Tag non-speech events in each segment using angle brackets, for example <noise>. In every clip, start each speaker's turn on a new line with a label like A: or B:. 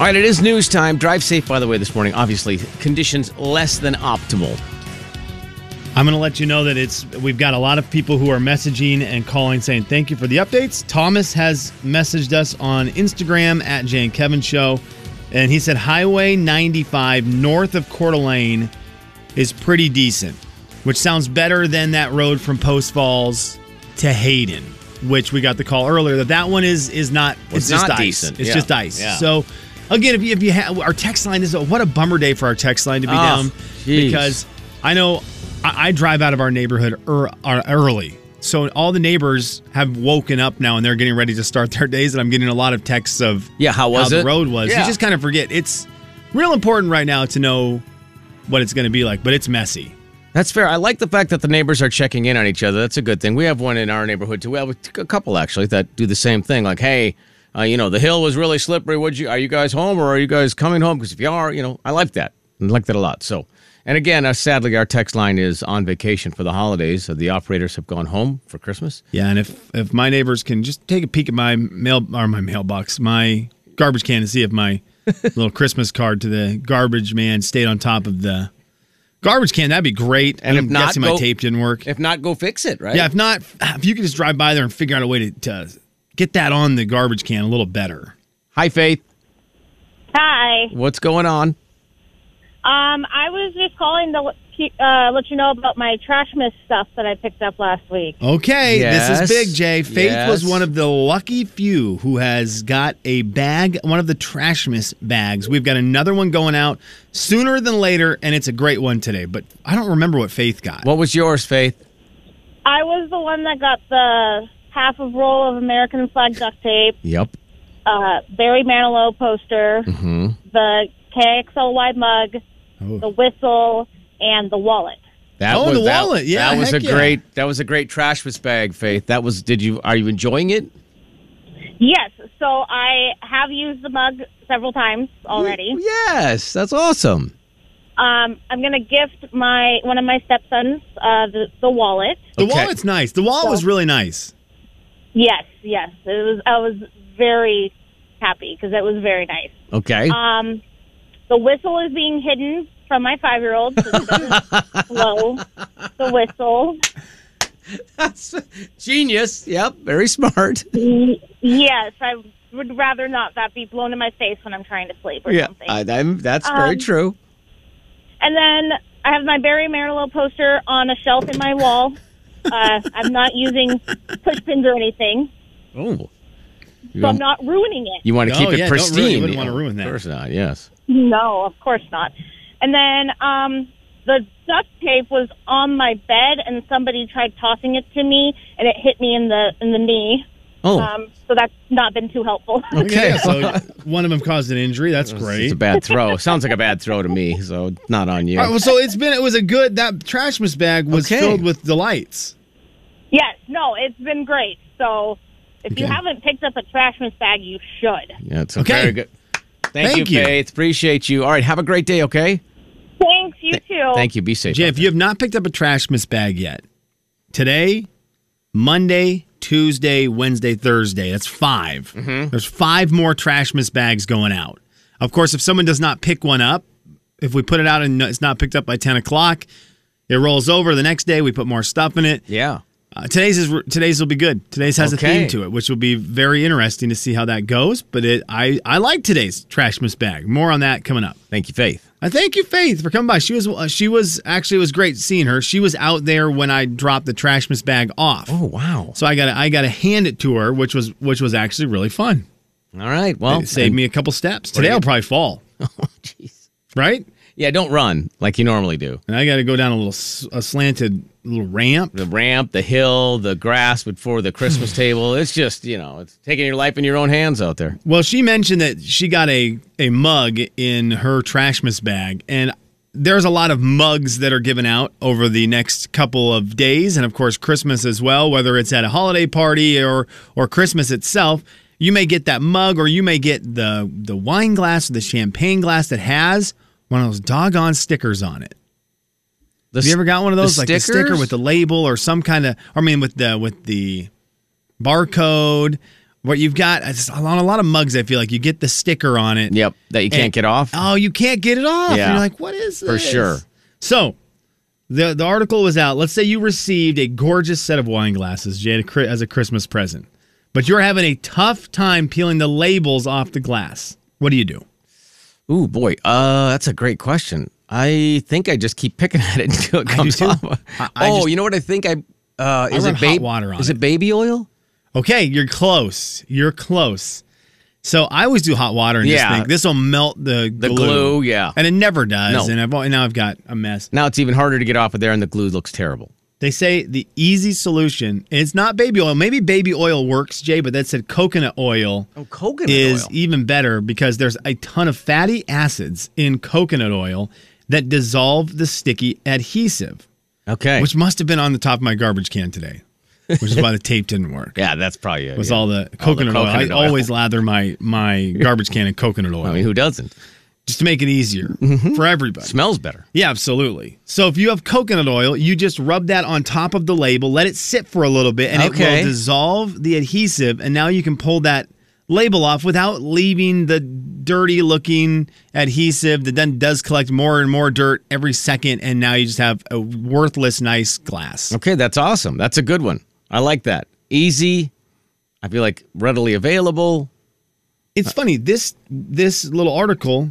A: All right, it is news time. Drive safe, by the way, this morning. Obviously, conditions less than optimal.
B: I'm going to let you know that it's we've got a lot of people who are messaging and calling saying thank you for the updates. Thomas has messaged us on Instagram at Jay and Kevin Show, and he said Highway 95 north of Coeur d'Alene is pretty decent, which sounds better than that road from Post Falls to Hayden, which we got the call earlier that that one is is not
A: Well, it's
B: just
A: not
B: ice.
A: decent.
B: It's
A: Yeah.
B: just ice.
A: Yeah.
B: So again, if you, if you have our text line is what a bummer day for our text line to be
A: Oh,
B: down
A: jeez.
B: because I know I, I drive out of our neighborhood er, er- early. So all the neighbors have woken up now and they're getting ready to start their days. And I'm getting a lot of texts of
A: Yeah, how was
B: the
A: it?
B: road was.
A: Yeah.
B: You just kind of forget. It's real important right now to know what it's going to be like, but it's messy.
A: That's fair. I like the fact that the neighbors are checking in on each other. That's a good thing. We have one in our neighborhood too. Well, a couple actually that do the same thing. Like, hey, uh, you know, the hill was really slippery. Would you? Are you guys home or are you guys coming home? Because if you are, you know, I like that. I like that a lot. So, and again, uh, sadly, our text line is on vacation for the holidays. So the operators have gone home for Christmas.
B: Yeah, and if if my neighbors can just take a peek at my mail or my mailbox, my garbage can, to see
A: <laughs>
B: if my little Christmas card to the garbage man stayed on top of the garbage can, that'd be great.
A: And if
B: I'm
A: not,
B: guessing
A: go-
B: my tape didn't work.
A: If not, go fix it. Right?
B: yeah, if not, if you could just drive by there and figure out a way to, to get that on the garbage can a little better.
A: Hi, Faith.
C: Hi.
A: What's going on?
C: Um, I was just calling to let you- uh, let you know about my trash mist stuff that I picked up last week.
B: Okay,
A: Yes.
B: this is big, Jay. Faith was
A: Yes.
B: one of the lucky few who has got a bag, one of the trash miss bags. We've got another one going out sooner than later, and it's a great one today. But I don't remember what Faith got.
A: What was yours, Faith?
C: I was the one that got the half a roll of American flag duct tape,
A: Yep. Hmm.
C: uh, Barry Manilow poster,
A: Mm-hmm.
C: the KXLY mug, the whistle, and the wallet.
A: That
B: Oh,
A: was,
B: the
A: that-
B: wallet. Yeah,
A: that was a
B: heck yeah.
A: great. That was a great trash was bag, Faith. That was. Did you? Are you enjoying it?
C: Yes, so I have used the mug several times already.
A: Yes, that's awesome.
C: Um, I'm going to gift my one of my stepsons uh, the, the wallet.
B: the
A: Okay.
B: wallet's nice. The wallet was really nice.
C: Yes, yes. It was. I was very happy because it was very nice.
A: Okay.
C: Um, the whistle is being hidden from my five-year-old. So
A: <laughs>
C: he doesn't blow the whistle. Um,
A: That's <laughs> genius. Yep. Very smart.
C: Yes, I would rather not that be blown in my face when I'm trying to sleep or
A: Yeah.
C: something.
A: I, I'm, that's very
C: Um,
A: true.
C: and then I have my Barry Manilow poster on a shelf in my wall. Uh, I'm not using pushpins or anything,
A: Oh. You,
C: so I'm not ruining it.
A: you want to
B: No,
A: keep it
B: yeah, don't ruin- you
A: pristine.
B: wouldn't wanna ruin that.
A: Of course not. Yes.
C: No, of course not. And then um, the duct tape was on my bed, and somebody tried tossing it to me, and it hit me in the in the knee.
A: Oh.
C: Um, so that's not been too helpful.
A: okay.
B: Yeah, so
A: <laughs>
B: one of them caused an injury. That's
A: It's
B: great.
A: a bad throw. Sounds like a bad throw to me. So not on you.
B: All right, well, so it's been it was a good that trash miss bag was
A: Okay.
B: filled with delights.
C: <laughs> yes, no, it's been great. So if you
B: Okay.
C: haven't picked up a trash miss bag, you should.
A: yeah. It's a
B: Okay.
A: very good. Thank,
B: Thank
A: you,
B: you.
A: Faith. Appreciate you. All right. Have a great day. Okay.
C: Thanks, you too.
A: Thank you. Be safe.
B: Jay,
A: out
B: if you have not picked up a trash miss bag yet, today, Monday, Tuesday, Wednesday, Thursday, that's 5
A: Mm-hmm.
B: There's five more trash miss bags going out. Of course, if someone does not pick one up, if we put it out and it's not picked up by 10 o'clock, it rolls over. The next day, we put more stuff in it.
A: there. Yeah.
B: Uh, today's is today's will be good. Today's has
A: Okay.
B: a theme to it, which will be very interesting to see how that goes. But it, I I like today's trash miss bag. More on that coming up.
A: Thank you, Faith.
B: I thank you, Faith, for coming by. She was uh, she was actually it was great seeing her. She was out there when I dropped the trash miss bag off.
A: Oh wow.
B: So I got I got to hand it to her, which was which was actually really fun.
A: All right. Well.
B: It saved me a couple steps. Today
A: you- Oh,
B: I'll
A: <laughs>
B: probably fall,
A: Jeez.
B: right?
A: Yeah. Don't run like you normally do.
B: And I got to go down a little s- a slanted little ramp.
A: the ramp, the hill, the grass before the
B: <sighs>
A: Christmas table. It's just, you know, it's taking your life in your own hands out there.
B: Well, she mentioned that she got a a mug in her trash miss bag, and there's a lot of mugs that are given out over the next couple of days, and of course Christmas as well. Whether it's at a holiday party or or Christmas itself, you may get that mug, or you may get the the wine glass or the champagne glass that has one of those doggone stickers on it.
A: The
B: Have you ever got one of
A: the
B: those, like the sticker
A: stickers?
B: with the label or some kind of? I mean, with the with the barcode. what you've got it's on a lot of mugs. I feel like you get the sticker on it.
A: Yep, that you can't
B: And-
A: get off.
B: Oh, you can't get it off.
A: Yeah.
B: And you're like, what is this?
A: For sure.
B: So the the article was out. Let's say you received a gorgeous set of wine glasses, Jade, cri- as a Christmas present, but you're having a tough time peeling the labels off the glass. What do you do?
A: Ooh, boy. Uh, that's a great question. I think I just keep picking <laughs> at it until it
B: I do
A: comes
B: too.
A: off.
B: <laughs> I- I
A: oh,
B: just-
A: you know what I think? I uh, is
B: run
A: it
B: hot
A: baby
B: water on
A: Is
B: it.
A: it baby oil?
B: Okay, you're close. You're close. So I always do hot water and just
A: Yeah.
B: think this will melt the
A: The glue, yeah.
B: and it never does.
A: No.
B: And I've al- and now I've got a mess.
A: Now it's even harder to get off of there, and the glue looks terrible.
B: They say the easy solution. And it's not baby oil. Maybe baby oil works, Jay, but that said coconut oil.
A: Oh, coconut
B: is even better because there's a ton of fatty acids in coconut oil that dissolve the sticky adhesive,
A: Okay.
B: which must have been on the top of my garbage can today, which is why the tape didn't work.
A: yeah, that's probably it.
B: It was
A: yeah.
B: all the coconut,
A: coconut oil.
B: oil.
A: Oh,
B: I always lather my my garbage can in coconut oil
A: I mean, who doesn't?
B: just to make it easier for everybody.
A: Smells better.
B: Yeah, absolutely. So if you have coconut oil, you just rub that on top of the label, let it sit for a little bit, and it
A: Okay.
B: will dissolve the adhesive. And now you can pull that label off without leaving the dirty looking adhesive that then does collect more and more dirt every second. And now you just have a worthless, nice glass.
A: Okay, that's awesome. That's a good one. I like that. Easy. I feel like readily available.
B: It's funny this this little article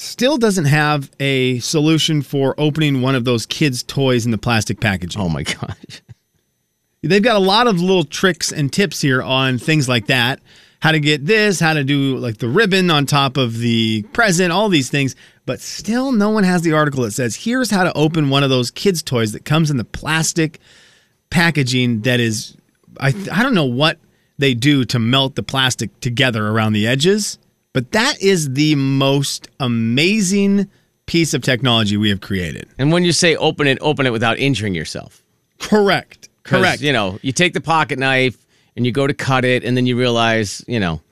B: still doesn't have a solution for opening one of those kids' toys in the plastic packaging.
A: Oh my <laughs> gosh.
B: They've got a lot of little tricks and tips here on things like that. How to get this, how to do like the ribbon on top of the present, all these things. But still, no one has the article that says, here's how to open one of those kids' toys that comes in the plastic packaging that is, I, I don't know what they do to melt the plastic together around the edges, but that is the most amazing piece of technology we have created.
A: And when you say open it, open it without injuring yourself.
B: Correct.
A: 'Cause,
B: Correct.
A: You know, you take the pocket knife and you go to cut it, and then you realize, you know,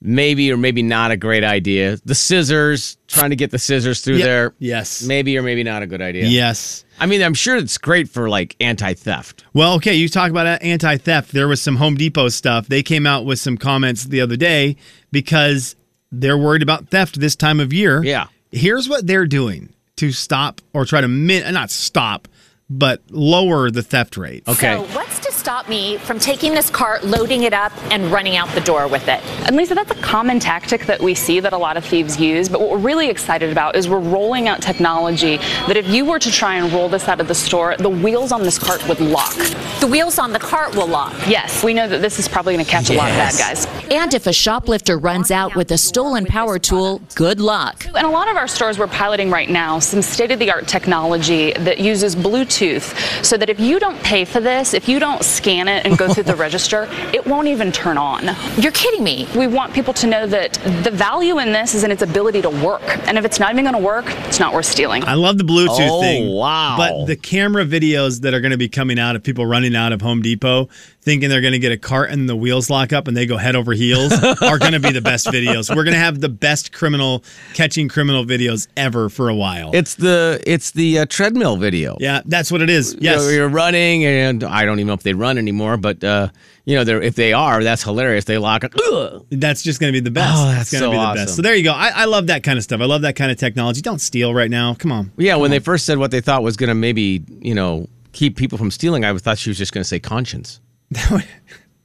A: maybe or maybe not a great idea. The scissors, trying to get the scissors through
B: Yeah.
A: there.
B: Yes.
A: Maybe or maybe not a good idea.
B: Yes.
A: I mean, I'm sure it's great for like anti theft.
B: Well, okay, you talk about anti theft. There was some Home Depot stuff. They came out with some comments the other day because they're worried about theft this time of year.
A: Yeah.
B: Here's what they're doing to stop or try to min- not stop, but lower the theft rate.
A: Okay.
D: So, what's to stop me from taking this cart, loading it up, and running out the door with it?
E: And Lisa, that's a common tactic that we see that a lot of thieves use. But what we're really excited about is we're rolling out technology that if you were to try and roll this out of the store, the wheels on this cart would lock.
D: The wheels on the cart will lock.
E: Yes, we know that this is probably going to catch a lot of bad guys.
D: And if a shoplifter runs out with a stolen power tool, good luck.
E: In a lot of our stores, we're piloting right now some state of the art technology that uses Bluetooth so that if you don't pay for this, if you don't scan it and go through the register, it won't even turn on.
D: You're kidding me.
E: We want people to know that the value in this is in its ability to work. And if it's not even going to work, it's not worth stealing.
B: I love the Bluetooth
A: Oh,
B: thing.
A: wow.
B: But the camera videos that are going to be coming out of people running out of Home Depot thinking they're going to get a cart and the wheels lock up and they go head over
A: <laughs>
B: heels are going to be the best videos. We're going to have the best criminal catching criminal videos ever for a while.
A: It's the it's the uh, treadmill video.
B: yeah, that's what it is.
A: You know,
B: Yes.
A: you're running, and I don't even know if they run anymore. But uh, you know, they're, if they are, that's hilarious. They lock. Ugh.
B: That's just going to be the best.
A: Oh,
B: it's
A: that's
B: going to
A: so
B: be the best.
A: awesome.
B: So there you go. I, I love that kind of stuff. I love that kind of technology. Don't steal right now. Come on.
A: Yeah, when they first said what they thought was going to maybe you know keep people from stealing, I thought she was just going to say conscience.
B: Do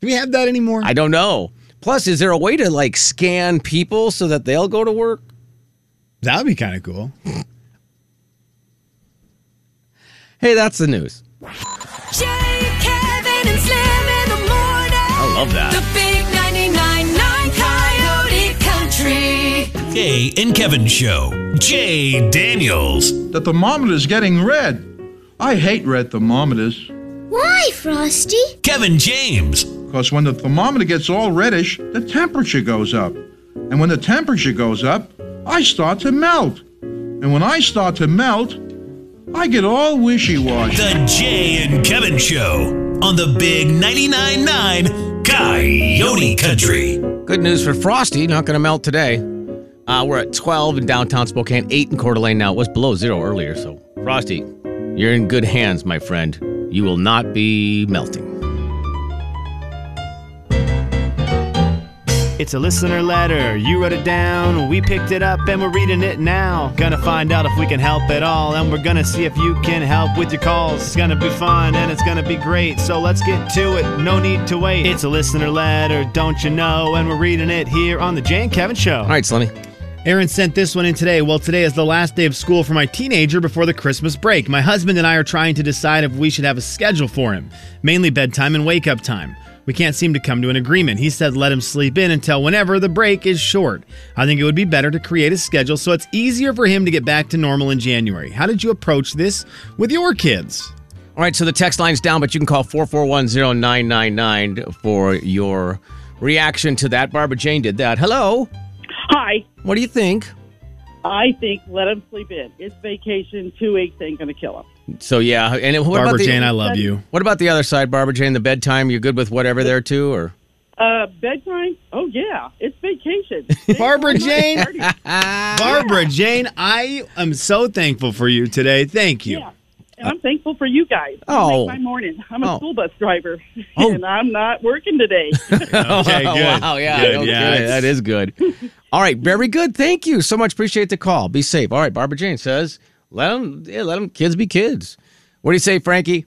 B: we have that anymore?
A: I don't know. Plus, is there a way to like scan people so that they'll go to work?
B: that would be kind of cool.
A: Hey, that's the news.
F: Jay, Kevin, and Slim in the morning.
A: I love that.
F: The big 99.9 Coyote Country.
G: Jay and Kevin Show. Jay Daniels.
H: The thermometer's getting red. I hate red thermometers,
I: Why, Frosty?
G: Kevin James.
H: 'cause when the thermometer gets all reddish, the temperature goes up. And when the temperature goes up, I start to melt. And when I start to melt, I get all wishy washy.
G: The Jay and Kevin Show on the Big 99.9 9 Coyote Country.
A: Good news for Frosty, not going to melt today. Uh, we're at 12 in downtown Spokane, 8 in Coeur d'Alene now. It was below zero earlier, so Frosty, you're in good hands, my friend. You will not be melting.
B: It's a listener letter. You wrote it down. We picked it up and we're reading it now. Gonna find out if we can help at all. And we're gonna see if you can help with your calls. It's gonna be fun and it's gonna be great. So let's get to it. No need to wait. It's a listener letter, don't you know? And we're reading it here on The Jay and Kevin Show.
A: All right, Slimmy.
B: Aaron sent this one in today. Well, today is the last day of school for my teenager before the Christmas break. My husband and I are trying to decide if we should have a schedule for him, mainly bedtime and wake up time. We can't seem to come to an agreement. He said let him sleep in until whenever the break is short. I think it would be better to create a schedule so it's easier for him to get back to normal in January. How did you approach this with your kids?
A: All right, so the text line's down, but you can call 4410999 for your reaction to that. Barbara Jane did that. Hello.
J: Hi.
A: What do you think?
J: I think let him sleep in. It's vacation. Two weeks ain't going to kill him.
A: So yeah, and it- what
B: Barbara
A: about the,
B: Jane, I
A: <laughs>
B: love you.
A: What about the other side, Barbara Jane? The bedtime, you're good with whatever there too, or
J: Uh, bedtime? Oh, yeah. It's
A: <laughs>
J: vacation.
B: Barbara Jane,
J: Party.
B: Barbara Jane, I am so thankful for you today. Thank you.
J: Yeah. And I'm thankful for you guys. You
A: Oh.
J: make my morning. I'm a
A: Oh.
J: school bus driver, <laughs>
A: Oh.
J: and I'm not working
A: <laughs>
J: today.
B: Okay, good.
A: wow, yeah,
B: Good,
A: no
B: yeah,
A: kidding.
B: it's-
A: that is good. All right, very good. Thank you so much. Appreciate the call. Be safe. All right, Barbara Jane says, let them, yeah, let them kids be kids. What do you say, Frankie?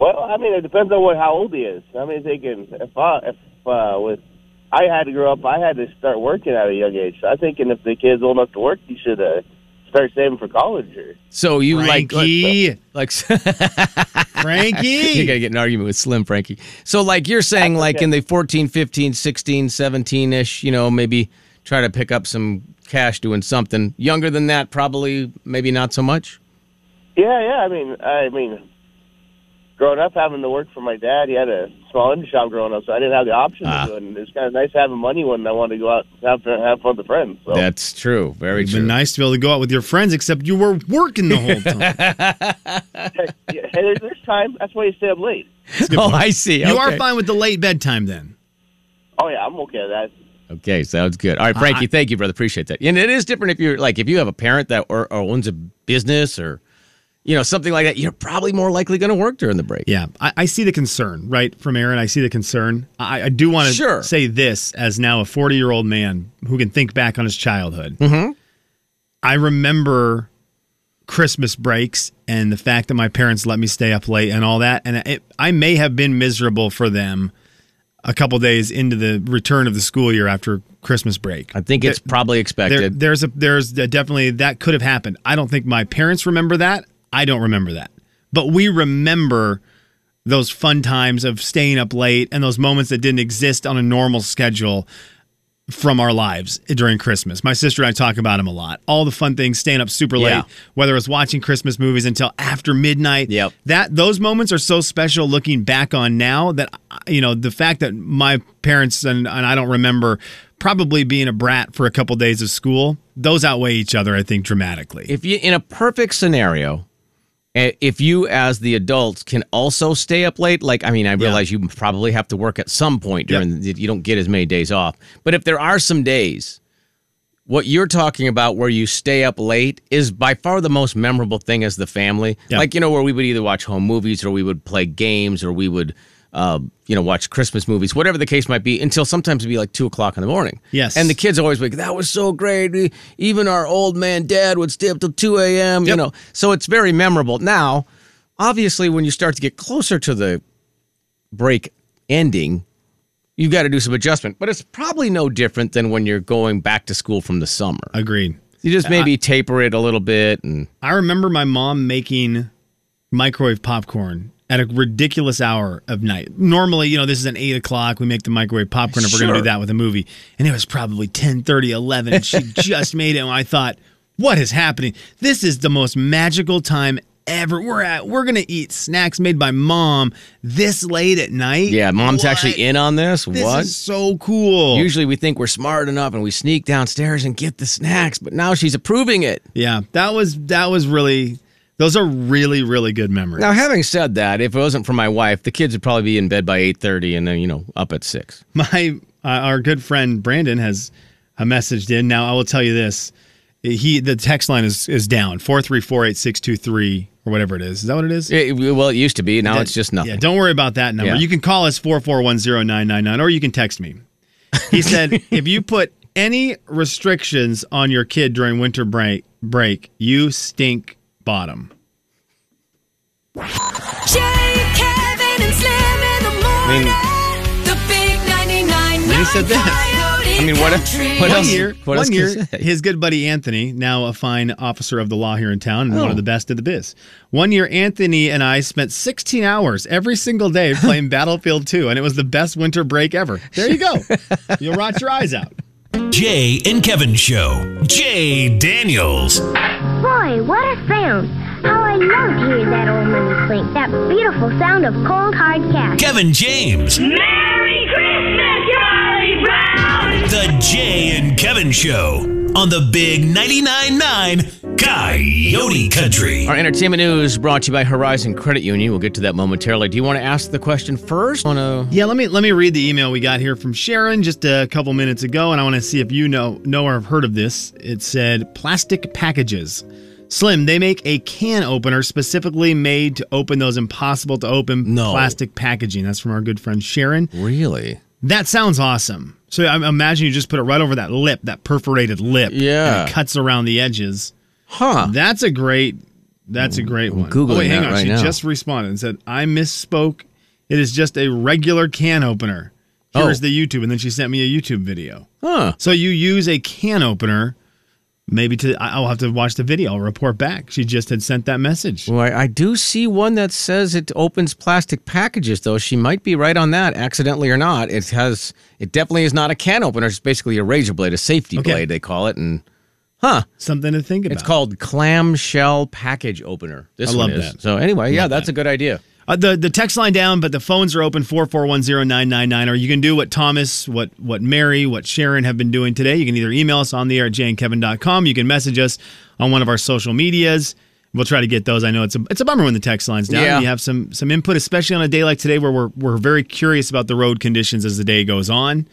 K: Well, I mean, it depends on what how old he is. I mean, thinking if I if uh, with I had to grow up, I had to start working at a young age. So I'm thinking if the kid's old enough to work, you should uh, start saving for college. Or
A: So you
B: Frankie,
A: like <laughs> like
B: <laughs>
A: you're
B: Frankie.
A: gonna get in an argument with Slim Frankie. So like you're saying, like in the 14, 15, 16, 17 ish, you know, maybe try to pick up some cash doing something younger than that. Probably, maybe not so much.
K: yeah, yeah. I mean, I mean, growing up having to work for my dad, he had a small engine shop growing up, so I didn't have the option
A: Ah.
K: to do it. And it's kind of nice having money when I wanted to go out and have fun, have fun with friends. So
A: That's true. Very
B: It'd been nice to be able to go out with your friends, except you were working the
A: <laughs>
B: whole time.
K: yeah, hey, there's, there's time. That's why you stay up late.
A: <laughs> Oh, I see.
B: You are
A: Okay.
B: fine with the late bedtime then.
K: Oh yeah, I'm okay with that.
A: Okay, sounds good. All right, Frankie, thank you, brother. Appreciate that. And it is different if you're like if you have a parent that or, or owns a business or you know something like that. You're probably more likely going to work during the break.
B: Yeah, I, I see the concern, right, from Aaron. I see the concern. I, I do want to
A: Sure.
B: say this as now a 40 year old man who can think back on his childhood. I remember Christmas breaks and the fact that my parents let me stay up late and all that. And it, I may have been miserable for them a couple days into the return of the school year after Christmas break.
A: I think it's probably
B: There,
A: expected.
B: there's a there's a- definitely that could have happened. I don't think my parents remember that. I don't remember that, but we remember those fun times of staying up late and those moments that didn't exist on a normal schedule from our lives during Christmas. My sister and I talk about them a lot. All the fun things, staying up super late,
A: Yeah.
B: whether it's watching Christmas movies until after midnight.
A: Yep.
B: That those moments are so special looking back on now that uh, you know, the fact that my parents and, and I don't remember probably being a brat for a couple days of school, those outweigh each other, I think, dramatically.
A: if you in a perfect scenario, eh, if you as the adults can also stay up late, like I mean, I realize you probably have to work at some point during the, you don't get as many days off. But if there are some days, what you're talking about where you stay up late is by far the most memorable thing as the family.
B: Yeah.
A: Like you know where we would either watch home movies or we would play games or we would. Uh, you know, watch Christmas movies, whatever the case might be, until sometimes it'd be like two o'clock in the morning.
B: Yes.
A: And the kids always like, that was so great. We- Even our old man dad would stay up till 2 a.m., you
B: Yep.
A: know. So it's very memorable. Now, obviously, when you start to get closer to the break ending, you got to do some adjustment. But it's probably no different than when you're going back to school from the summer.
B: Agreed.
A: You just maybe taper it a little bit and
B: I remember my mom making microwave popcorn at a ridiculous hour of night. Normally, you know, this is an eight o'clock. We make the microwave popcorn if we're going to
A: Sure.
B: do that with a movie. And it was probably 10, 11. And
A: <laughs>
B: she just made it. And I thought, what is happening? This is the most magical time ever. We're at, we're going to eat snacks made by mom this late at night.
A: yeah, mom's
B: What?
A: actually in on this.
B: This
A: what?
B: is so cool.
A: Usually we think we're smart enough and we sneak downstairs and get the snacks, but now she's approving it.
B: yeah, that was, that was really, those are really, really good memories.
A: Now, having said that, if it wasn't for my wife, the kids would probably be in bed by eight thirty, and then you know up at six.
B: <laughs> my uh, our good friend Brandon has a message in. Now I will tell you this: he the text line is is down four three four eight six two three or whatever it is. Is that what it is?
A: It- well, it used to be. Now it's just nothing.
B: Yeah, don't worry about that number.
A: Yeah.
B: You can call us 4410999 or you can text me.
A: <laughs>
B: He said, if you put any restrictions on your kid during winter break, break you stink bottom.
F: Jay, Kevin, and Slim in the
A: I
F: morning.
A: mean,
F: The big 99.9
B: He said that.
F: Coyote Country.
B: one Year,
A: what else
B: one
A: can
B: year,
A: you say?
B: his good buddy Anthony, now a fine officer of the law here in town and one
A: Oh.
B: of the best at the biz. One year, Anthony and I spent 16 hours every
A: <laughs>
B: single day playing Battlefield 2, and it was the best winter break ever. There
A: <laughs>
B: you go. You'll rot your eyes out.
G: Jay and Kevin Show. Jay Daniels.
I: Boy, what a sound! How I love to hear that old money clink, that beautiful sound of cold hard cash.
G: Kevin James.
F: Merry Christmas, Charlie Brown.
G: The Jay and Kevin Show on the Big 99.9 Coyote Country.
A: Our entertainment news brought to you by Horizon Credit Union. We'll get to that momentarily. Do you want to ask the question first? Want to?
B: Yeah, let me let me read the email we got here from Sharon just a couple minutes ago, and I want to see if you know know or have heard of this. It said plastic packages. Slim, they make a can opener specifically made to open those impossible to open
A: No.
B: plastic packaging. That's from our good friend Sharon.
A: Really?
B: That sounds awesome. So I imagine you just put it right over that lip, that perforated lip.
A: Yeah.
B: and it cuts around the edges.
A: Huh.
B: That's a great. That's a great one.
A: Googling
B: oh, wait, hang
A: that
B: on.
A: right
B: she
A: now.
B: just responded and said, "I misspoke. It is just a regular can opener. Here's
A: Oh.
B: the YouTube." And then she sent me a YouTube video.
A: Huh.
B: So you use a can opener, maybe to. I- I'll have to watch the video. I'll report back. She just had sent that message.
A: Well, I, I do see one that says it opens plastic packages, though. She might be right on that, accidentally or not. It has, it definitely is not a can opener. It's basically a razor blade, a safety
B: Okay.
A: blade, they call it. And, huh,
B: Something to think about.
A: it's called clamshell package opener. This
B: I
A: one
B: love
A: is.
B: that.
A: So, anyway, yeah, that's a good idea.
B: Uh, the the text line down, but the phones are open four four one zero nine nine nine. Or you can do what Thomas, what what Mary, what Sharon have been doing today. You can either email us on the air at jankevin.com. You can message us on one of our social medias. We'll try to get those. I know it's a it's a bummer when the text line's down.
A: Yeah.
B: You have some some input, especially on a day like today where we're we're very curious about the road conditions as the day goes on.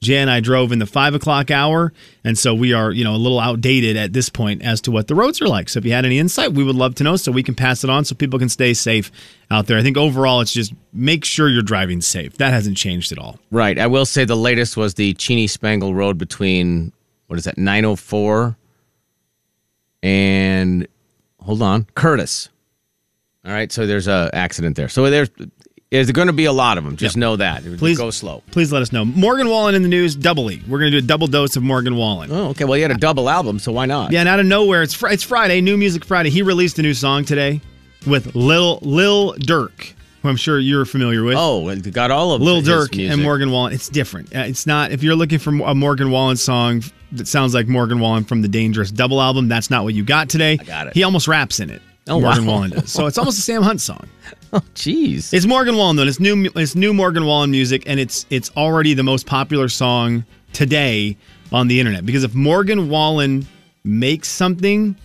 B: Jan and I drove in the five o'clock hour, and so we are, you know, a little outdated at this point as to what the roads are like. So if you had any insight, we would love to know so we can pass it on so people can stay safe out there. I think overall it's just make sure you're driving safe. That hasn't changed at all.
A: Right. I will say the latest was the Cheney Spangle Road between what is that, 904 and hold on, Curtis. All right, so there's a accident there. So there's there's going to be a lot of them. Just know that.
B: Please-
A: go slow.
B: Please let us know. Morgan Wallen in the news, doubly. We're gonna do a double dose of Morgan Wallen.
A: Oh, okay. Well, you had a double album, so why not?
B: Yeah, and out of nowhere, it's fr- it's Friday, New Music Friday. He released a new song today with Lil Lil Durk, who I'm sure you're familiar with.
A: Oh, it got all of
B: Lil
A: his
B: Durk
A: music.
B: and Morgan Wallen. It's different. Uh, It's not if you're looking for a Morgan Wallen song that sounds like Morgan Wallen from the Dangerous Double album. That's not what you got today. I
A: got it.
B: He almost raps in it.
A: Oh,
B: Morgan
A: wow.
B: Wallen does. So it's almost a Sam Hunt song.
A: Jeez.
B: It's Morgan Wallen though. and It's new. It's new Morgan Wallen music, and it's it's already the most popular song today on the internet. Because if Morgan Wallen makes something,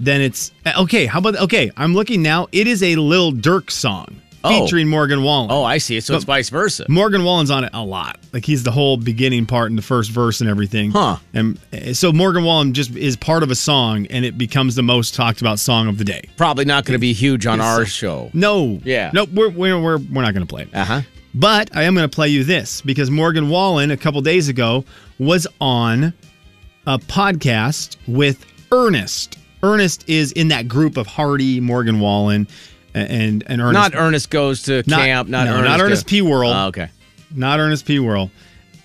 B: then it's eh, okay. How about okay? I'm looking now. It is a Lil Durk song
A: Oh.
B: featuring Morgan Wallen.
A: Oh, I see. So it's vice versa.
B: Morgan Wallen's on it a lot. Like he's the whole beginning part and the first verse and everything.
A: Huh.
B: And uh, so Morgan Wallen just is part of a song and it becomes the most talked about song of the day.
A: Probably not going to be huge on our show.
B: No.
A: Yeah.
B: Nope. We're we're we're, we're not going to play it.
A: Uh huh.
B: But I am going to play you this because Morgan Wallen a couple days ago was on a podcast with Ernest. Ernest is in that group of Hardy, Morgan Wallen, a- and and Ernest.
A: Not Ernest goes to
B: Not-
A: camp. Not
B: no,
A: Ernest.
B: not Ernest
A: go-
B: P. Worrell.
A: Oh, okay.
B: not Ernest P. Worrell,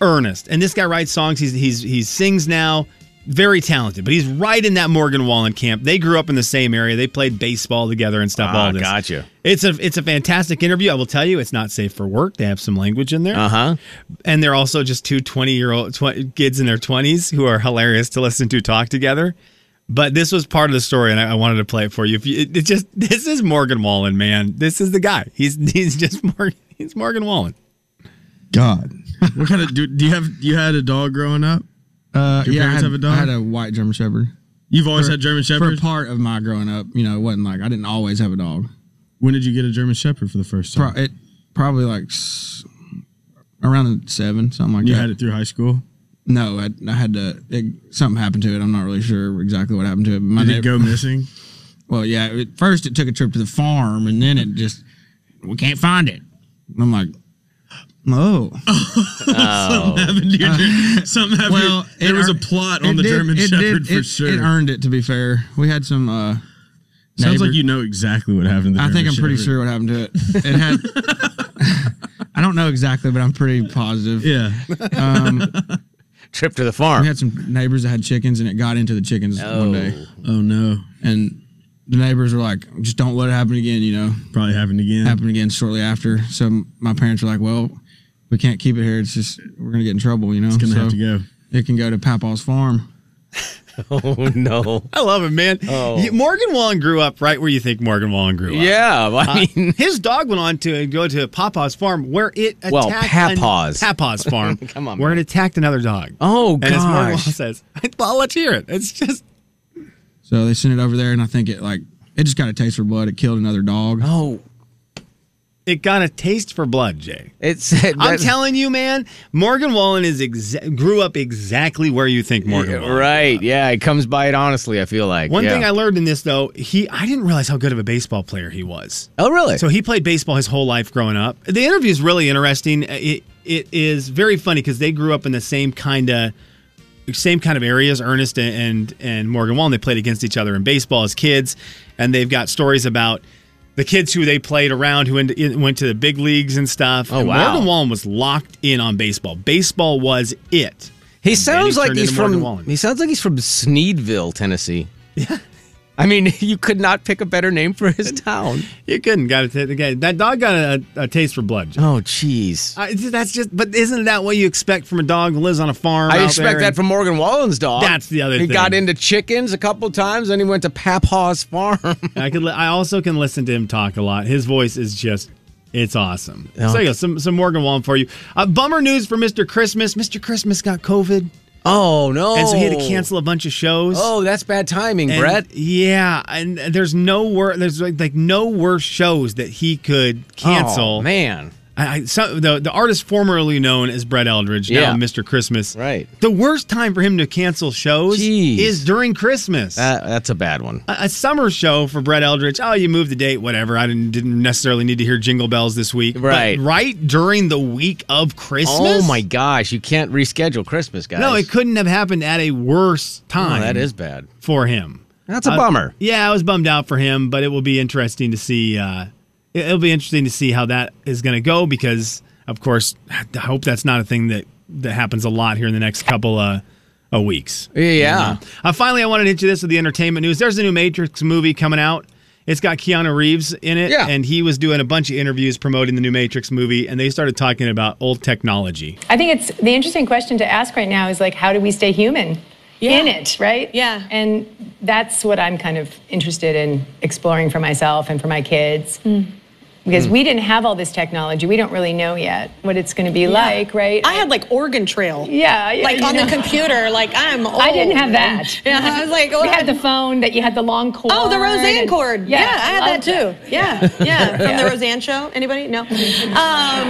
B: Ernest. And this guy writes songs. He's he's he sings now. Very talented, but he's right in that Morgan Wallen camp. They grew up in the same area. They played baseball together and stuff.
A: Ah,
B: all this.
A: gotcha.
B: It's a it's a fantastic interview. I will tell you, it's not safe for work. They have some language in there,
A: Uh huh.
B: and they're also just two 20 year old tw- kids in their twenties who are hilarious to listen to talk together. But this was part of the story, and I, I wanted to play it for you. If you, it, it just this is Morgan Wallen, man. This is the guy. He's <laughs> he's just Morgan. He's Morgan Wallen.
L: God. what kind of do, do you have? You had a dog growing up?
M: Uh,
L: Your
M: yeah, I
L: parents
M: had,
L: have a dog?
M: I had a white German Shepherd.
L: You've always
M: For-
L: had German
M: For
L: Shepherds.
M: part of my growing up, you know, it wasn't like I didn't always have a dog.
L: when did you get a German Shepherd for the first
M: Pro-
L: time?
M: it probably like s- around seven, something like
L: you
M: that.
L: had it through high school.
M: no, I, I had to. It, something happened to it. I'm not really sure exactly what happened to it. But my
L: Did it
M: neighbor-
L: go missing?
M: <laughs> Well, yeah. At first, it took a trip to the farm, and then it just we can't find it. I'm like, Oh.
L: Something happened to your German- something happened to your- there was a
M: ear-
L: plot on the German
M: it
L: Shepherd for
M: it- It
L: sure.
M: earned it, to be fair. We had some. Uh,
L: Sounds like
M: neighbor-
L: you know exactly what happened. To the
M: I think
L: German
M: I'm pretty
L: Shepherd.
M: sure what happened to it. It had.
L: <laughs>
M: I don't know exactly, but I'm pretty positive.
L: Yeah.
M: Um,
A: Trip to the farm.
M: We had some neighbors that had chickens, and it got into the chickens one day.
L: Oh no!
M: And the neighbors were like, "Just don't let it happen again." You know.
L: Probably happened again.
M: Happened again shortly after. So my parents were like, "Well, we can't keep it here. It's just we're gonna get in trouble." You know.
L: It's gonna
M: So
L: have to go.
M: It can go to Papaw's farm.
A: <laughs>
B: <laughs>
A: oh no!
B: I love it, man.
A: Oh.
B: You- Morgan Wallen grew up right where you think Morgan Wallen grew up.
A: Yeah, I mean- <laughs>
B: Uh, his dog went on to go to Papa's farm where it attacked
A: Well,
B: an-
A: Papa's.
B: Papa's
A: <laughs>
B: farm.
A: Come on,
B: where it attacked another dog.
A: Oh
B: and as Morgan Wallen <laughs>
M: gosh.
B: says, well, let's hear it. It's just
M: So they sent it over there, and I think it like it just got a taste for blood. It killed another dog.
A: Oh,
B: it got a taste for blood, Jay.
A: It's uh,
B: I'm telling you, man. Morgan Wallen is exa- grew up exactly where you think Morgan. Wallen.
A: right? Yeah, it comes by it honestly. I feel like
B: One
A: yeah.
B: thing I learned in this though, he I didn't realize how good of a baseball player he was.
A: Oh, really?
B: So he played baseball his whole life growing up. The interview is really interesting. Uh, It it is very funny because they grew up in the same kind of same kind of areas. Ernest and and Morgan Wallen they played against each other in baseball as kids, and they've got stories about. The kids who they played around, who went went to the big leagues and stuff.
A: Oh,
B: And
A: wow.
B: Morgan Wallen was locked in on baseball. Baseball was it.
A: He
B: And then
A: sounds like
B: turned
A: he's
B: into Morgan
A: from.
B: Wallen.
A: He sounds like he's from Sneedville,
B: <laughs>
A: Tennessee. Yeah. I mean, <laughs> you could not pick a better name for his town.
B: You couldn't. Got it. Again, that dog got a, a taste
A: <laughs>
B: for blood. Jeff.
A: Oh, jeez.
B: I, that's just. But isn't that what you expect from a dog who lives on a farm?
A: I
B: out
A: expect
B: there
A: that
B: and-
A: from Morgan Wallen's dog.
B: That's the other
A: He
B: thing.
A: got into chickens a couple times, then he went to Papa's farm. <laughs>
B: I could. li- I also can listen to him talk a lot. His voice is just. It's awesome.
A: Yeah.
B: So there you go. Some some Morgan Wallen for you. Uh, bummer news for Mr. Christmas. Mr. Christmas got COVID,
A: Oh no!
B: and so he had to cancel a bunch of shows.
A: Oh, that's bad timing,
B: And-
A: Brett.
B: Yeah, and there's no wor- There's like, like no worse shows that he could cancel.
A: Oh, man.
B: I, I, so, the the artist formerly known as Brett Eldridge, now
A: Yeah.
B: Mr. Christmas.
A: Right.
B: The worst time for him to cancel shows
A: Jeez.
B: is during Christmas.
A: That, that's a bad one.
B: a, a summer show for Brett Eldridge. Oh, you moved the date, whatever. I didn't didn't necessarily need to hear Jingle Bells this week. But
A: Right.
B: right during the week of Christmas.
A: Oh my gosh, you can't reschedule Christmas, guys.
B: No, it couldn't have happened at a worse
A: Oh,
B: time.
A: that is bad.
B: for him.
A: That's a
B: Uh,
A: bummer.
B: Yeah, I was bummed out for him, but it will be interesting to see. Uh, it- it'll be interesting to see how that is going to go because, of course, I hope that's not a thing that that happens a lot here in the next couple uh, of weeks.
A: Yeah.
B: Uh, finally, I wanted to hit you this with the entertainment news. There's a new Matrix movie coming out. It's got Keanu Reeves in it,
A: Yeah.
B: and he was doing a bunch of interviews promoting the new Matrix movie, and they started talking about old technology.
N: I think it's the interesting question to ask right now is like, how do we stay human in it, right? Yeah. And that's what I'm kind of interested in exploring for myself and for my kids.
O: Hmm.
N: Because
P: Hmm.
N: we didn't have all this technology. We don't really know yet what it's going to be like, right?
O: I had like organ trail.
N: Yeah, yeah,
O: Like
N: you
O: on the
N: know.
O: computer. Like I'm old.
N: I didn't have that. <laughs>
O: Yeah, I was <laughs> like,
N: we had the phone that you had the long cord.
O: Oh, the Roseanne
N: and-
O: cord. Yeah, I had that
N: loved
O: too.
N: <laughs>
O: Yeah, yeah. From the Roseanne show. Anybody? No. Um,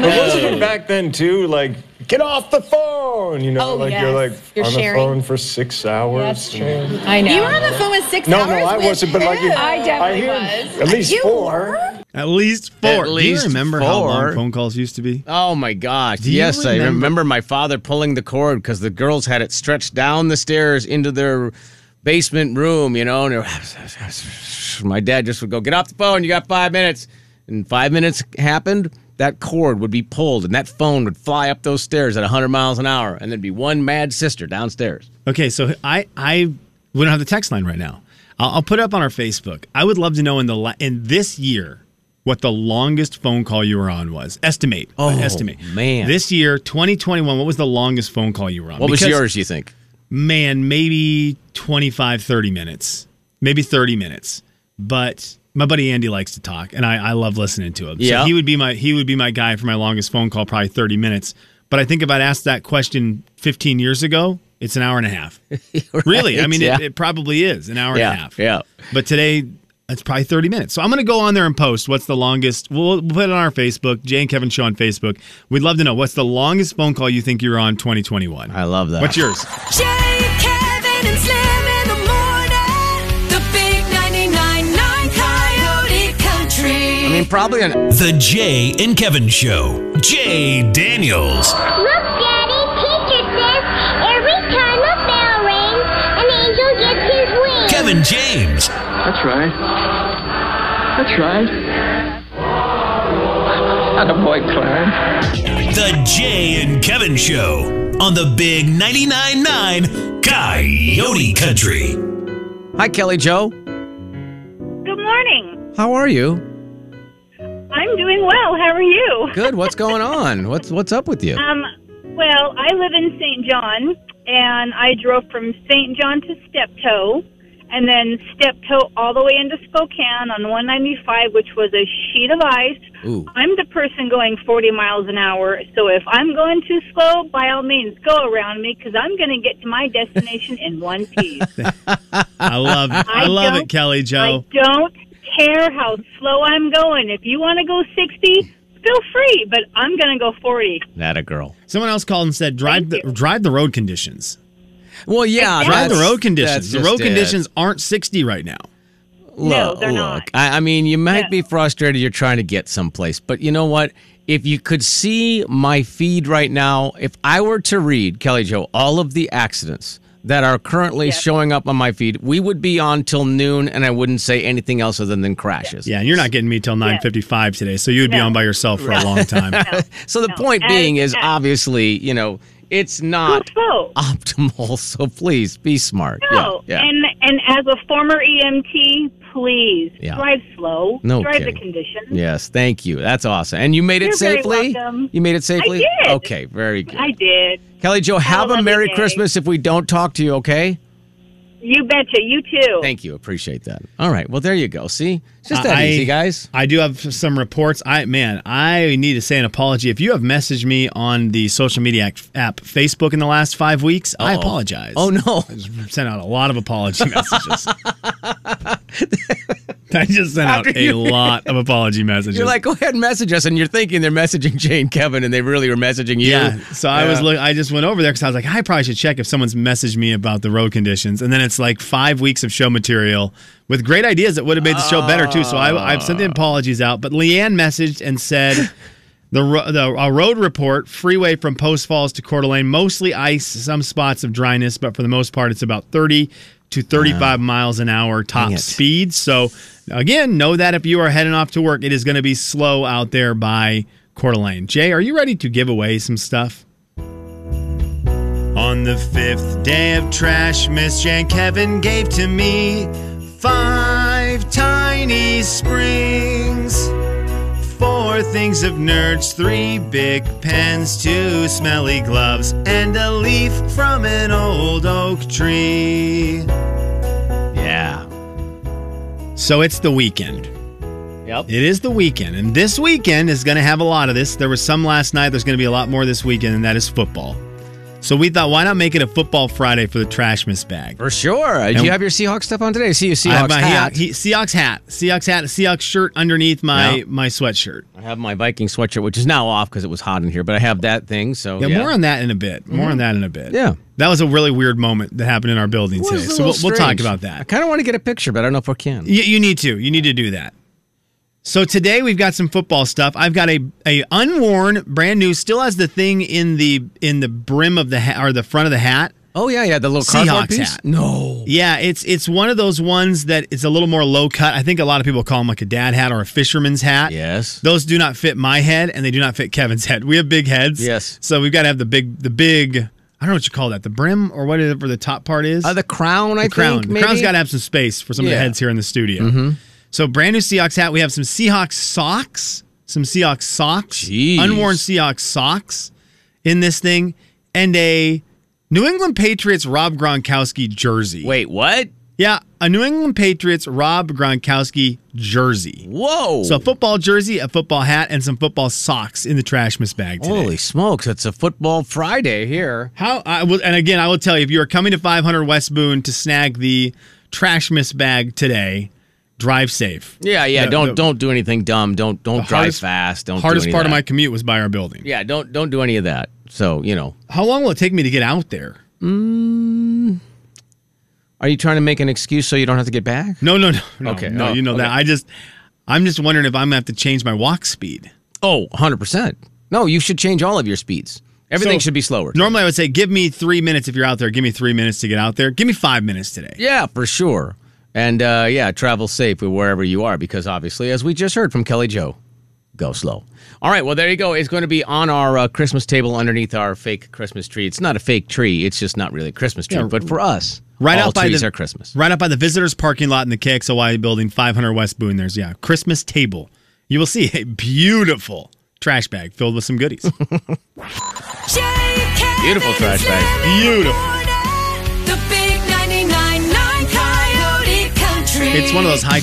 P: But wasn't it back then too? Like, get off the phone. You know,
O: Oh,
P: like you're
O: yes.
P: like
O: You're
P: on
O: sharing.
P: the phone for six hours.
N: That's
P: and-
N: true. I know.
O: You were on the phone with six
P: No,
O: hours.
P: no, I
O: with-
P: wasn't. But like, you,
O: Ew.
N: I definitely was.
P: At least
O: You
P: four.
B: At least four.
A: At
B: Do you
A: least
B: remember how long
A: four.
B: phone calls used to be?
A: Oh my gosh.
B: you
A: Yes, I
B: remember-
A: remember my father pulling the cord because the girls had it stretched down the stairs into their basement room, you know, and it- <laughs> my dad just would go, Get off the phone, you got five minutes. And five minutes happened, that cord would be pulled and that phone would fly up those stairs at 100 miles an hour, and there'd be one mad sister downstairs.
B: Okay, so I I we don't have the text line right now. I'll, I'll put it up on our Facebook. I would love to know in the la- in this year what the longest phone call you were on was. Estimate.
A: Oh,
B: estimate.
A: man.
B: This year, 2021, what was the longest phone call you were on?
A: What was
B: Because,
A: yours, you think?
B: Man, maybe 25, 30 minutes. Maybe 30 minutes. But my buddy Andy likes to talk and I, I love listening to him.
A: Yeah.
B: So he would be my he would be my guy for my longest phone call, probably 30 minutes. But I think if I'd asked that question 15 years ago, it's an hour and
A: <laughs>
B: a half. <laughs> Really? I mean,
A: yeah.
B: it, it probably is an hour
A: yeah,
B: and a half.
A: Yeah.
B: But today, it's probably 30 minutes. So I'm going to go on there and post what's the longest. We'll, we'll put it on our Facebook, Jay and Kevin Show on Facebook. We'd love to know what's the longest phone call you think you were on 2021. I
A: love that.
B: What's yours?
F: Jay, Kevin, and Slim in the morning. The big 99.9 Coyote Country.
A: I mean, mean, probably an.
G: The Jay and Kevin Show. Jay Daniels.
I: Look, Daddy, teacher says every time a bell rings, an angel gets his wings.
G: Kevin James.
I: That's right.
G: That's right. boy, The Jay and Kevin Show on the Big 99.9 9 Coyote Country.
A: Hi, Kelly Joe.
Q: Good morning.
A: How are you?
Q: I'm doing well. How are you?
A: Good. What's going on? What's what's up with you?
Q: Um, well, I live in St. John, and I drove from St. John to Steptoe, and then Steptoe all the way into Spokane on 195, which was a sheet of ice.
A: Ooh.
Q: I'm the person going 40 miles an hour, so if I'm going too slow, by all means, go around me because I'm going to get to my destination in
A: <laughs>
Q: one piece.
B: I love it. I
Q: I
B: love
Q: don't-
B: it, Kelly Joe.
Q: I don't care how slow I'm going. If you want to go 60, feel free, but I'm going to go 40.
A: That a girl.
B: Someone else called and said drive the drive the road conditions.
A: Well, yeah,
B: drive the
A: that's-
B: road conditions.
A: that's
B: The road
A: just it.
B: conditions aren't sixty right now.
A: Look,
B: they're
A: look.
B: not.
A: I, I mean, you might be frustrated you're trying to get someplace, but you know what? If you could see my feed right now, if I were to read, Kelly Joe, all of the accidents that are currently showing up on my feed, we would be on till noon and I wouldn't say anything else other than crashes.
B: Yeah, and you're not getting me till nine fifty five today, so you'd be
A: No.
B: on by yourself for a
A: Right.
B: long time.
A: so the point being is obviously, you know, it's not
Q: Oh,
A: <laughs> optimal. So please be smart.
Q: No.
A: Yeah. yeah.
Q: oh, And and as a former EMT, please
A: Yeah.
Q: drive slow.
A: No
Q: drive
A: kidding.
Q: the conditions.
A: Yes, thank you. That's awesome. And you made
Q: You're
A: it
Q: Very
A: safely?
Q: welcome.
A: You made it safely?
Q: I did.
A: Okay,
Q: <laughs>
A: very good.
Q: I did.
A: Kelly Joe, have a Merry Christmas if we don't talk to you, okay?
Q: You betcha. You too.
A: Thank you. Appreciate that. All right. Well, there you go. See? It's just that
B: I-
A: easy, guys.
B: I do have some reports. I man, I need to say an apology. If you have messaged me on the social media app, app Facebook in the last five weeks, I
A: Uh-oh.
B: apologize.
A: Oh, no.
B: I just sent out a lot of
A: <laughs>
B: apology messages. I just sent out
A: After
B: a
A: you-
B: lot of apology
A: <laughs>
B: messages.
A: You're like, go ahead and message us. And you're thinking they're messaging Jane Kevin and they really were messaging you.
B: Yeah. So I was
A: Yeah.
B: look. I just went over there because I was like, I probably should check if someone's messaged me about the road conditions. And then it's like five weeks of show material with great ideas that would have made the show better too. So I, I've
A: Ah.
B: sent the apologies out. But Leanne messaged and said. The, ro- the a road report freeway from Post Falls to Coeur d'Alene, mostly ice, some spots of dryness, but for the most part, it's about 30 to 35 miles an hour top speed. So, again, know that if you are heading off to work, it is going to be slow out there by Coeur d'Alene. Jay, are you ready to give away some stuff? On the fifth day of trash, Miss Jan Kevin gave to me five tiny springs, four things of nerds, three big pens, two smelly gloves, and a leaf from an old oak tree. Yeah. So it's the weekend.
A: Yep.
B: It is the weekend. And this weekend is going to have a lot of this. There was some last night. There's going to be a lot more this weekend, and that is football. So we thought, why not make it a football Friday for the trash miss bag?
A: For sure. Did
B: And-
A: you have your Seahawks stuff on today? I see you
B: I
A: Seahawks
B: have my
A: hat.
B: He, Seahawks hat, Seahawks hat, Seahawks shirt underneath my
A: Yeah.
B: my sweatshirt.
A: I have my Viking sweatshirt, which is now off because it was hot in here, but I have that thing. So
B: Yeah, more on that in a bit. More on that in a bit.
A: Mm-hmm. Yeah.
B: that was a really weird moment that happened in our building
A: It was
B: today.
A: a
B: So we'll,
A: little
B: we'll talk
A: strange.
B: about that.
A: I kind of want to get a picture, but I don't know if I can.
B: You, you need to. You need to do that. So today we've got some football stuff. I've got a, a unworn, brand new, still has the thing in the in the brim of the hat or the front of the hat.
A: Oh yeah, yeah, the little cardboard
B: Seahawks
A: piece?
B: hat.
A: No.
B: Yeah, it's it's one of those ones that it's a little more low cut. I think a lot of people call them like a dad hat or a fisherman's hat.
A: Yes.
B: Those do not fit my head and they do not fit Kevin's head. We have big heads.
A: Yes.
B: So we've got to have the big the big I don't know what you call that, the brim or whatever the top part is.
A: Uh, the crown, I
B: the crown.
A: think.
B: The
A: maybe?
B: crown's got to have some space for some of the
A: Yeah. Mm-hmm.
B: heads here in the studio. So brand new Seahawks hat. We have some Seahawks socks, some Seahawks socks,
A: Jeez.
B: unworn Seahawks socks in this thing, and a New England Patriots Rob Gronkowski jersey.
A: Wait, what?
B: Yeah, a New England Patriots Rob Gronkowski jersey.
A: Whoa.
B: So a football jersey, a football hat, and some football socks in the trash miss bag today.
A: Holy smokes, it's a football Friday here.
B: How I will, and again, I will tell you if you are coming to 500 West Boone to snag the trash miss bag today, drive safe.
A: Yeah, yeah.
B: The-
A: don't
B: the-
A: don't do anything dumb. Don't don't
B: The
A: drive
B: hardest-
A: fast. Don't do
B: hardest
A: any
B: part of
A: that.
B: my commute was by our building.
A: Yeah, don't don't do any of that. So you know,
B: How long will it take me to get out there?
A: mm, are you trying to make an excuse so you don't have to get back?
B: No, no, no, no.
A: Okay,
B: no,
A: oh,
B: you know that.
A: okay.
B: I just I'm just wondering if I'm gonna have to change my walk speed.
A: Oh, 100%. No, you should change all of your speeds. Everything should be slower.
B: Normally, I would say, give me three minutes if you're out there. Give me three minutes to get out there. Give me five minutes today.
A: Yeah, for sure. And uh, yeah, travel safe wherever you are because obviously, as we just heard from Kelly Joe, go slow. All right, well, there you go. It's going to be on our uh, Christmas table underneath our fake Christmas tree. It's not a fake tree, it's just not really a Christmas tree.
B: Yeah,
A: but for us,
B: Right
A: all
B: out by
A: trees
B: the
A: are Christmas.
B: Right out by the visitors parking lot in the KXOY building, 500 West Boone. There's yeah, Christmas table. You will see a beautiful trash bag filled with some goodies.
A: Beautiful trash bag.
B: beautiful.
F: The big 99.9 Coyote Country.
B: It's one of those high